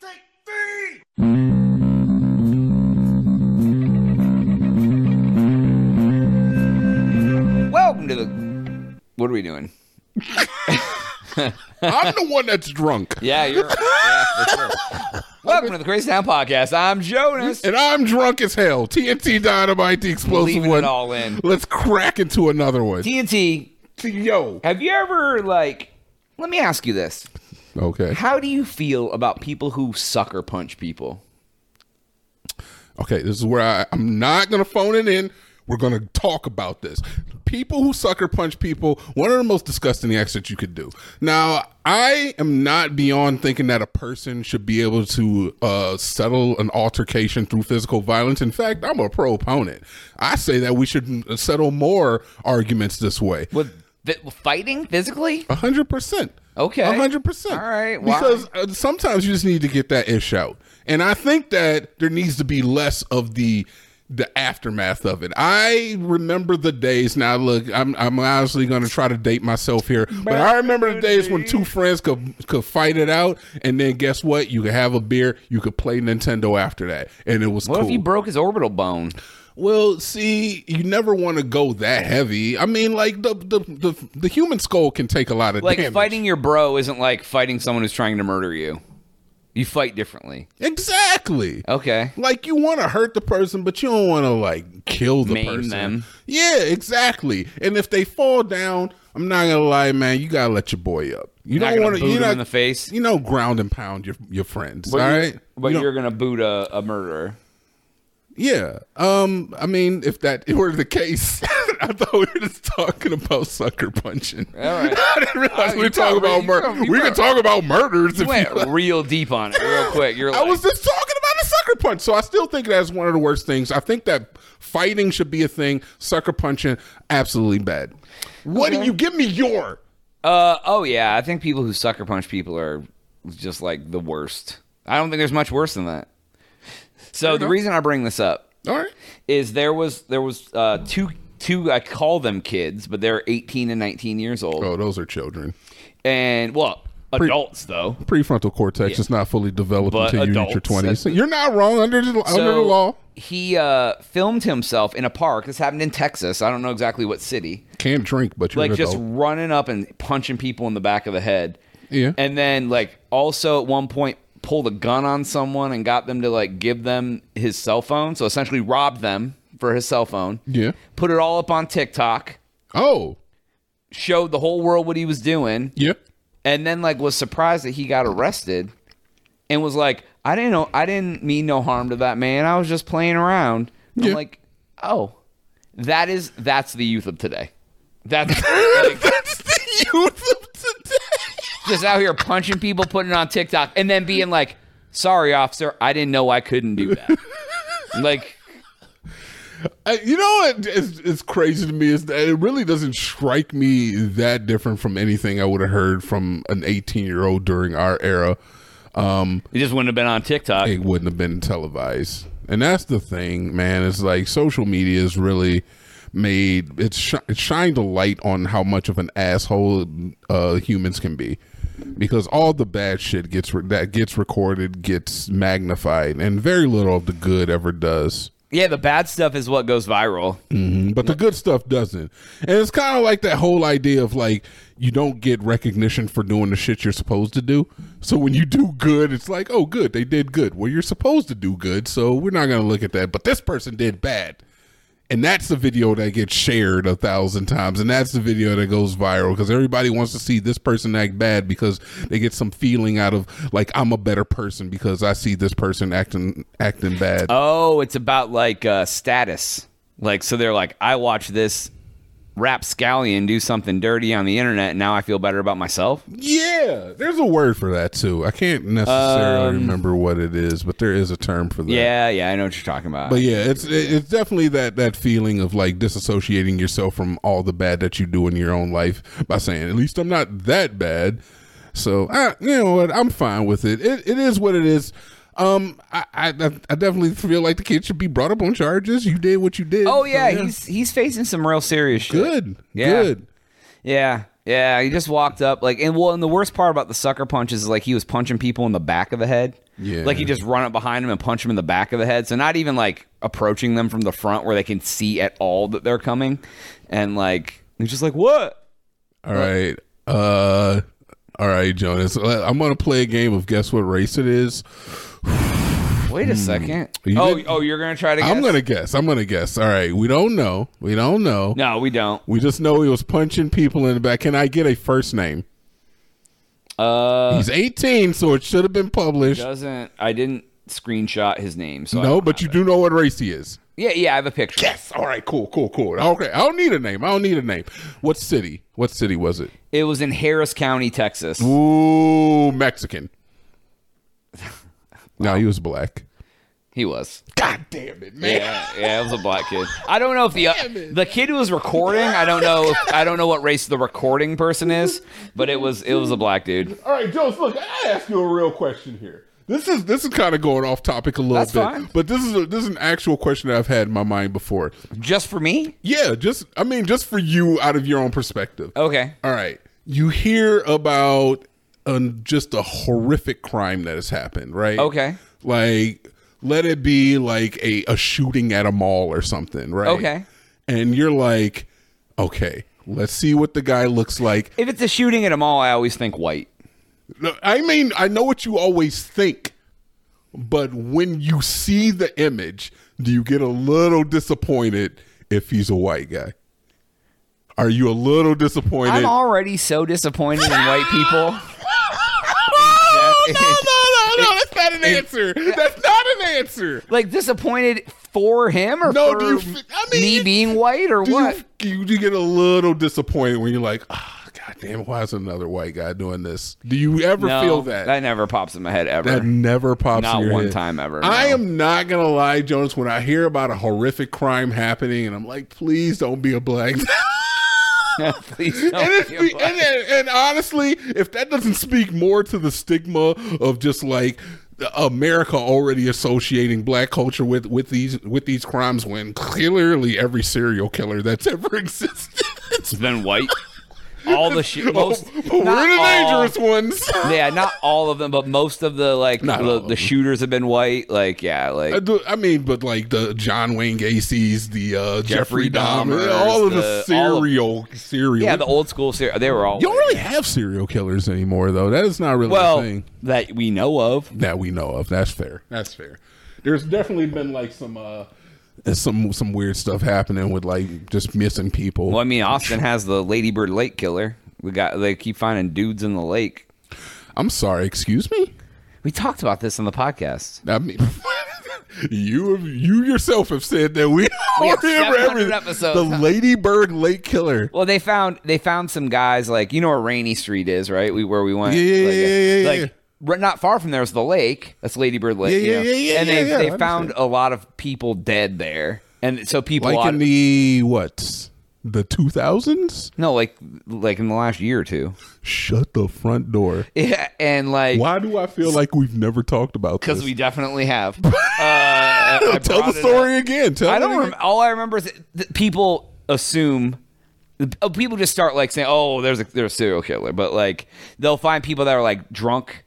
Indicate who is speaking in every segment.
Speaker 1: take three!
Speaker 2: Welcome to the. What are we doing?
Speaker 3: I'm the one that's drunk.
Speaker 2: Yeah, you're. yeah, for sure. Welcome to the Crazy Town Podcast. I'm Jonas.
Speaker 3: And I'm drunk as hell. TNT dynamite, the explosive
Speaker 2: Leaving
Speaker 3: one.
Speaker 2: it all in.
Speaker 3: Let's crack into another one.
Speaker 2: TNT.
Speaker 3: Yo.
Speaker 2: Have you ever like? Let me ask you this:
Speaker 3: Okay.
Speaker 2: How do you feel about people who sucker punch people?
Speaker 3: Okay. This is where I, I'm not gonna phone it in. We're gonna talk about this. People who sucker punch people. One of the most disgusting acts that you could do. Now, I am not beyond thinking that a person should be able to uh, settle an altercation through physical violence. In fact, I'm a proponent. I say that we should uh, settle more arguments this way.
Speaker 2: With th- fighting physically?
Speaker 3: A hundred percent.
Speaker 2: Okay.
Speaker 3: A hundred percent.
Speaker 2: All right, why?
Speaker 3: Because uh, sometimes you just need to get that ish out, and I think that there needs to be less of the the aftermath of it. I remember the days. Now, look, I'm I'm honestly going to try to date myself here, but I remember the days when two friends could could fight it out, and then guess what? You could have a beer, you could play Nintendo after that, and it was
Speaker 2: What
Speaker 3: cool.
Speaker 2: if he broke his orbital bone?
Speaker 3: Well, see, you never want to go that heavy. I mean, like the the the, the human skull can take a lot of
Speaker 2: Like
Speaker 3: damage.
Speaker 2: fighting your bro isn't like fighting someone who's trying to murder you. You fight differently.
Speaker 3: Exactly.
Speaker 2: Okay.
Speaker 3: Like you want to hurt the person, but you don't want to like kill the
Speaker 2: Maim
Speaker 3: person.
Speaker 2: them.
Speaker 3: Yeah, exactly. And if they fall down, I'm not gonna lie, man. You gotta let your boy up. You
Speaker 2: Not
Speaker 3: don't
Speaker 2: gonna
Speaker 3: want to.
Speaker 2: boot
Speaker 3: You
Speaker 2: him
Speaker 3: know
Speaker 2: in the face?
Speaker 3: You know, ground and pound your your friends.
Speaker 2: But
Speaker 3: all
Speaker 2: you-
Speaker 3: right.
Speaker 2: But
Speaker 3: You
Speaker 2: you're gonna boot a, a murderer.
Speaker 3: Yeah. Um. I mean, if that were the case, I thought we were just talking about sucker punching.
Speaker 2: All right.
Speaker 3: I didn't
Speaker 2: Oh,
Speaker 3: realize we
Speaker 2: you
Speaker 3: were
Speaker 2: probably-
Speaker 3: talking about
Speaker 2: you
Speaker 3: murder.
Speaker 2: probably-
Speaker 3: We could talk about murders.
Speaker 2: You
Speaker 3: If
Speaker 2: went
Speaker 3: you like.
Speaker 2: real deep on it, real quick. You're like,
Speaker 3: I was just talking about the sucker punch, so I still think that's one of the worst things. I think that fighting should be a thing. Sucker punching, absolutely bad. What do you give me your?
Speaker 2: uh, oh yeah. I think people who sucker punch people are just like the worst. I don't think there's much worse than that. So the reason I bring this up
Speaker 3: All right.
Speaker 2: is there was there was uh, two two I call them kids, but they're 18 and 19 years old,
Speaker 3: Oh, those are children.
Speaker 2: and well, adults though.
Speaker 3: Prefrontal cortex is not fully developed
Speaker 2: But
Speaker 3: until you reach your
Speaker 2: adults,
Speaker 3: twenties. You're not wrong under the under the
Speaker 2: So,
Speaker 3: law.
Speaker 2: He uh, filmed himself in a park. This happened in Texas. I don't know exactly what city.
Speaker 3: Can't drink, but you're
Speaker 2: Like
Speaker 3: an
Speaker 2: just
Speaker 3: adult.
Speaker 2: running up and punching people in the back of the head.
Speaker 3: Yeah.
Speaker 2: And then like also at one point pulled a gun on someone and got them to like give them his cell phone. So essentially robbed them for his cell phone.
Speaker 3: Yeah.
Speaker 2: Put it all up on TikTok.
Speaker 3: Oh,
Speaker 2: Showed the whole world what he was doing.
Speaker 3: yeah.
Speaker 2: and then like was surprised that he got arrested and was like i didn't know i didn't mean no harm to that man i was just playing around i'm
Speaker 3: Yeah.
Speaker 2: like oh that is that's the youth of today that's like,
Speaker 3: That's the youth of today.
Speaker 2: just out here punching people putting it on tiktok and then being like sorry officer i didn't know i couldn't do that like
Speaker 3: I, you know what is, is crazy to me is that it really doesn't strike me that different from anything I would have heard from an 18 year old during our era. Um,
Speaker 2: it just wouldn't have been on tiktok
Speaker 3: it wouldn't have been televised, and that's the thing, man. It's like social media has really made it's sh- it shined a light on how much of an asshole uh, humans can be, because all the bad shit gets re- that gets recorded, gets magnified, and very little of the good ever does.
Speaker 2: yeah the bad stuff is what goes viral
Speaker 3: Mm-hmm. But the good stuff doesn't. And it's kind of like that whole idea of like you don't get recognition for doing the shit you're supposed to do. So when you do good, it's like, "Oh, good. They did good." Well, you're supposed to do good, so we're not going to look at that. But this person did bad. And that's the video that gets shared a thousand times. And that's the video that goes viral because everybody wants to see this person act bad because they get some feeling out of like I'm a better person because I see this person acting acting bad.
Speaker 2: Oh, it's about like uh, status. Like, so they're like, I watch this rapscallion do something dirty on the internet, and now I feel better about myself.
Speaker 3: Yeah, there's a word for that too. I can't necessarily remember what it is, but there is a term for that.
Speaker 2: Um, Yeah, yeah, I know what you're talking about.
Speaker 3: But yeah, it's it- it's definitely that that feeling of like disassociating yourself from all the bad that you do in your own life by saying, at least I'm not that bad. So I, you know what, I'm fine with it. It it is what it is. Um, I, I I definitely feel like the kid should be brought up on charges. You did what you did.
Speaker 2: oh yeah,
Speaker 3: So,
Speaker 2: he's he's facing some real serious shit.
Speaker 3: good.
Speaker 2: Yeah.
Speaker 3: Good.
Speaker 2: Yeah. Yeah, he just walked up like, and well, and the worst part about the sucker punches is like he was punching people in the back of the head.
Speaker 3: Yeah.
Speaker 2: like he just run up behind him and punch him in the back of the head. So not even like approaching them from the front where they can see at all that they're coming, and like he's just like what?
Speaker 3: All right. Uh all right, Jonas. I- I'm gonna play a game of guess what race it is.
Speaker 2: Wait a second.
Speaker 3: Hmm. You
Speaker 2: oh,
Speaker 3: didn't-
Speaker 2: oh, you're gonna try to. Guess?
Speaker 3: I'm gonna guess. I'm gonna guess. All right. We don't know. We don't know.
Speaker 2: No, we don't.
Speaker 3: We just know he was punching people in the back. Can I get a first name?
Speaker 2: Uh,
Speaker 3: He's 18, so it should have been published.
Speaker 2: doesn't I didn't screenshot his name. So I
Speaker 3: No,
Speaker 2: don't
Speaker 3: but
Speaker 2: have
Speaker 3: you
Speaker 2: it.
Speaker 3: do know what race he is.
Speaker 2: Yeah, yeah, I have a picture.
Speaker 3: Yes. All right. Cool. Cool. Cool. Okay. I don't need a name. I don't need a name. What city? What city was it?
Speaker 2: It was in Harris County, Texas.
Speaker 3: Ooh, Mexican. No, he was black.
Speaker 2: He was.
Speaker 3: God damn it, man.
Speaker 2: Yeah, yeah, it was a black kid. I don't know if the uh, the kid who was recording. I don't know. If, I don't know what race the recording person is, but it was it was a black dude.
Speaker 3: All right, Jones. Look, I gotta ask you a real question here. This is this is kind of going off topic a little
Speaker 2: That's
Speaker 3: bit,
Speaker 2: fine.
Speaker 3: but this is a, this is an actual question that I've had in my mind before.
Speaker 2: Just for me?
Speaker 3: Yeah, just I mean, just for you out of your own perspective.
Speaker 2: Okay.
Speaker 3: All right, you hear about um, just a horrific crime that has happened, right?
Speaker 2: Okay.
Speaker 3: like let it be like a a shooting at a mall or something, right?
Speaker 2: Okay.
Speaker 3: and you're like, okay, let's see what the guy looks like.
Speaker 2: If it's a shooting at a mall, I always think white.
Speaker 3: No, I mean, I know what you always think, but when you see the image, do you get a little disappointed if he's a white guy? Are you a little disappointed?
Speaker 2: I'm already so disappointed in white people.
Speaker 3: no, no, no, no, that's not an answer. That's not an answer.
Speaker 2: Like disappointed for him or
Speaker 3: No,
Speaker 2: for
Speaker 3: do you f- I mean,
Speaker 2: me
Speaker 3: you-
Speaker 2: being white or
Speaker 3: Do you-
Speaker 2: what?
Speaker 3: do You, do you get a little disappointed when you're like, ah, God damn, why is another white guy doing this? Do you ever
Speaker 2: No,
Speaker 3: feel that?
Speaker 2: that never pops in my head ever.
Speaker 3: That never pops
Speaker 2: Not
Speaker 3: in your
Speaker 2: one
Speaker 3: head.
Speaker 2: time ever,
Speaker 3: I
Speaker 2: no.
Speaker 3: am not gonna lie, Jonas. When I hear about a horrific crime happening, and I'm like, please don't be a black. and,
Speaker 2: Please don't
Speaker 3: if
Speaker 2: be
Speaker 3: we-
Speaker 2: black.
Speaker 3: and, and, and honestly, if that doesn't speak more to the stigma of just like America already associating black culture with with these with these crimes, when clearly every serial killer that's ever existed.
Speaker 2: It's been white. All the shit. Most,
Speaker 3: Oh, but
Speaker 2: not
Speaker 3: we're the
Speaker 2: all-
Speaker 3: dangerous ones.
Speaker 2: Yeah, not all of them, but most of the like
Speaker 3: Not all
Speaker 2: the,
Speaker 3: of
Speaker 2: the
Speaker 3: them.
Speaker 2: shooters have been white. Like, yeah,
Speaker 3: I,
Speaker 2: like
Speaker 3: do- I mean, but like the John Wayne Gacy's, the uh,
Speaker 2: Jeffrey
Speaker 3: Jeffrey, Dahmer,
Speaker 2: Dahmers,
Speaker 3: all of the,
Speaker 2: the- all of-
Speaker 3: serial, serial.
Speaker 2: yeah, the old school. ser- They were all.
Speaker 3: you don't
Speaker 2: white.
Speaker 3: really have serial killers anymore, though. That is not really a
Speaker 2: well
Speaker 3: thing
Speaker 2: that we know of.
Speaker 3: that we know of. That's fair. That's fair. There's definitely been like some uh, some some weird stuff happening with like just missing people.
Speaker 2: Well, I mean, Austin has the Ladybird Lake killer. We got they keep finding dudes in the lake.
Speaker 3: I'm sorry. Excuse me.
Speaker 2: We talked about this on the podcast.
Speaker 3: I mean. You you yourself have said that we,
Speaker 2: We have 700
Speaker 3: remember everything.
Speaker 2: episodes.
Speaker 3: The Ladybird Lake Killer.
Speaker 2: Well, they found they found some guys like you know where Rainy Street is, right? We where we went.
Speaker 3: Yeah, yeah, yeah, yeah, yeah,
Speaker 2: like, ri- not far from there is the lake. That's Ladybird Lake.
Speaker 3: Yeah,
Speaker 2: you
Speaker 3: yeah,
Speaker 2: know?
Speaker 3: yeah, yeah,
Speaker 2: And
Speaker 3: yeah,
Speaker 2: they
Speaker 3: yeah, I
Speaker 2: they found a lot of people dead there, and so people
Speaker 3: like
Speaker 2: ought-
Speaker 3: in the what the 2000s
Speaker 2: no like like in the last year or two.
Speaker 3: shut the front door
Speaker 2: Yeah, and like
Speaker 3: why do i feel like we've never talked about this
Speaker 2: because we definitely have. Uh, I- I
Speaker 3: tell
Speaker 2: brought
Speaker 3: the
Speaker 2: it up.
Speaker 3: story again tell
Speaker 2: I
Speaker 3: it
Speaker 2: don't.
Speaker 3: again.
Speaker 2: Rem- all I remember is that people assume. uh, People just start like saying, "Oh, there's a there's a serial killer," but like they'll find people that are like drunk.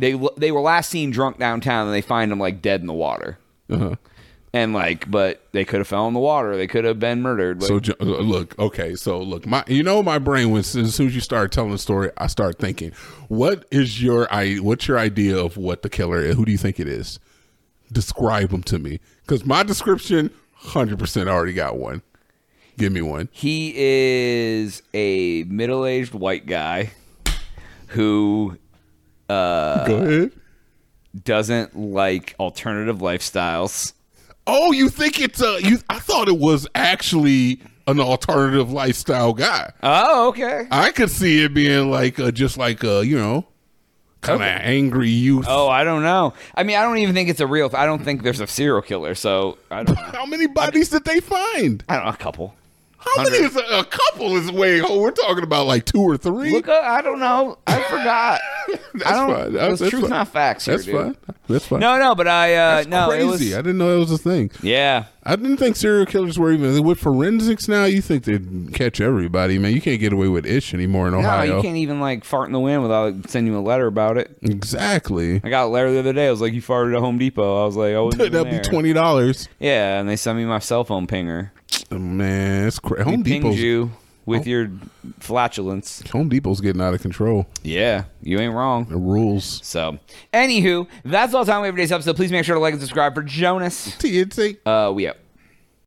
Speaker 2: They w- they were last seen drunk downtown, and they find them like dead in the water.
Speaker 3: Uh-huh.
Speaker 2: And like, but they could have fell in the water. They could have been murdered. Like,
Speaker 3: so Jo- look okay so look my you know my brain was as soon as you start telling the story i start thinking what is your i what's your idea of what the killer is who do you think it is describe him to me because my description 100% already got one give me one
Speaker 2: he is a middle aged white guy who Uh,
Speaker 3: go ahead
Speaker 2: doesn't like alternative lifestyles.
Speaker 3: Oh, you think it's a? You, I thought it was actually an alternative lifestyle guy.
Speaker 2: Oh, okay.
Speaker 3: I could see it being like a, just like a you know, kind of angry youth.
Speaker 2: Oh, I don't know. I mean, I don't even think it's a real. I don't think there's a serial killer. So I don't. know.
Speaker 3: How many bodies did they find?
Speaker 2: I don't know. A couple.
Speaker 3: How many is a, a couple is way? Oh, we're talking about like two or three.
Speaker 2: Look, up, I don't know. I forgot.
Speaker 3: that's
Speaker 2: I don't.
Speaker 3: fine.
Speaker 2: That's,
Speaker 3: That's
Speaker 2: truth,
Speaker 3: fine.
Speaker 2: not facts. Here,
Speaker 3: That's
Speaker 2: dude.
Speaker 3: fine. That's fine.
Speaker 2: No, no, but I uh, no, it
Speaker 3: crazy. I
Speaker 2: was.
Speaker 3: didn't know that was a thing.
Speaker 2: Yeah,
Speaker 3: I didn't think serial killers were even with forensics now. You think they'd catch everybody, man? You can't get away with ish anymore in
Speaker 2: no,
Speaker 3: Ohio.
Speaker 2: you can't even like fart in the wind without sending you a letter about it.
Speaker 3: Exactly.
Speaker 2: I got a letter the other day. I was like, "You farted at Home Depot." I was like, "I wasn't even
Speaker 3: That'd be
Speaker 2: there."
Speaker 3: twenty dollars.
Speaker 2: Yeah, and they sent me my cell phone pinger.
Speaker 3: Man, it's cra- Home
Speaker 2: Home
Speaker 3: Depot's Oh.
Speaker 2: you with your flatulence.
Speaker 3: Home Depot's getting out of control.
Speaker 2: Yeah, you ain't wrong.
Speaker 3: The rules.
Speaker 2: So, anywho, that's all the time we have for today's episode. Please make sure to like and subscribe for Jonas.
Speaker 3: TNT.
Speaker 2: Uh, we out.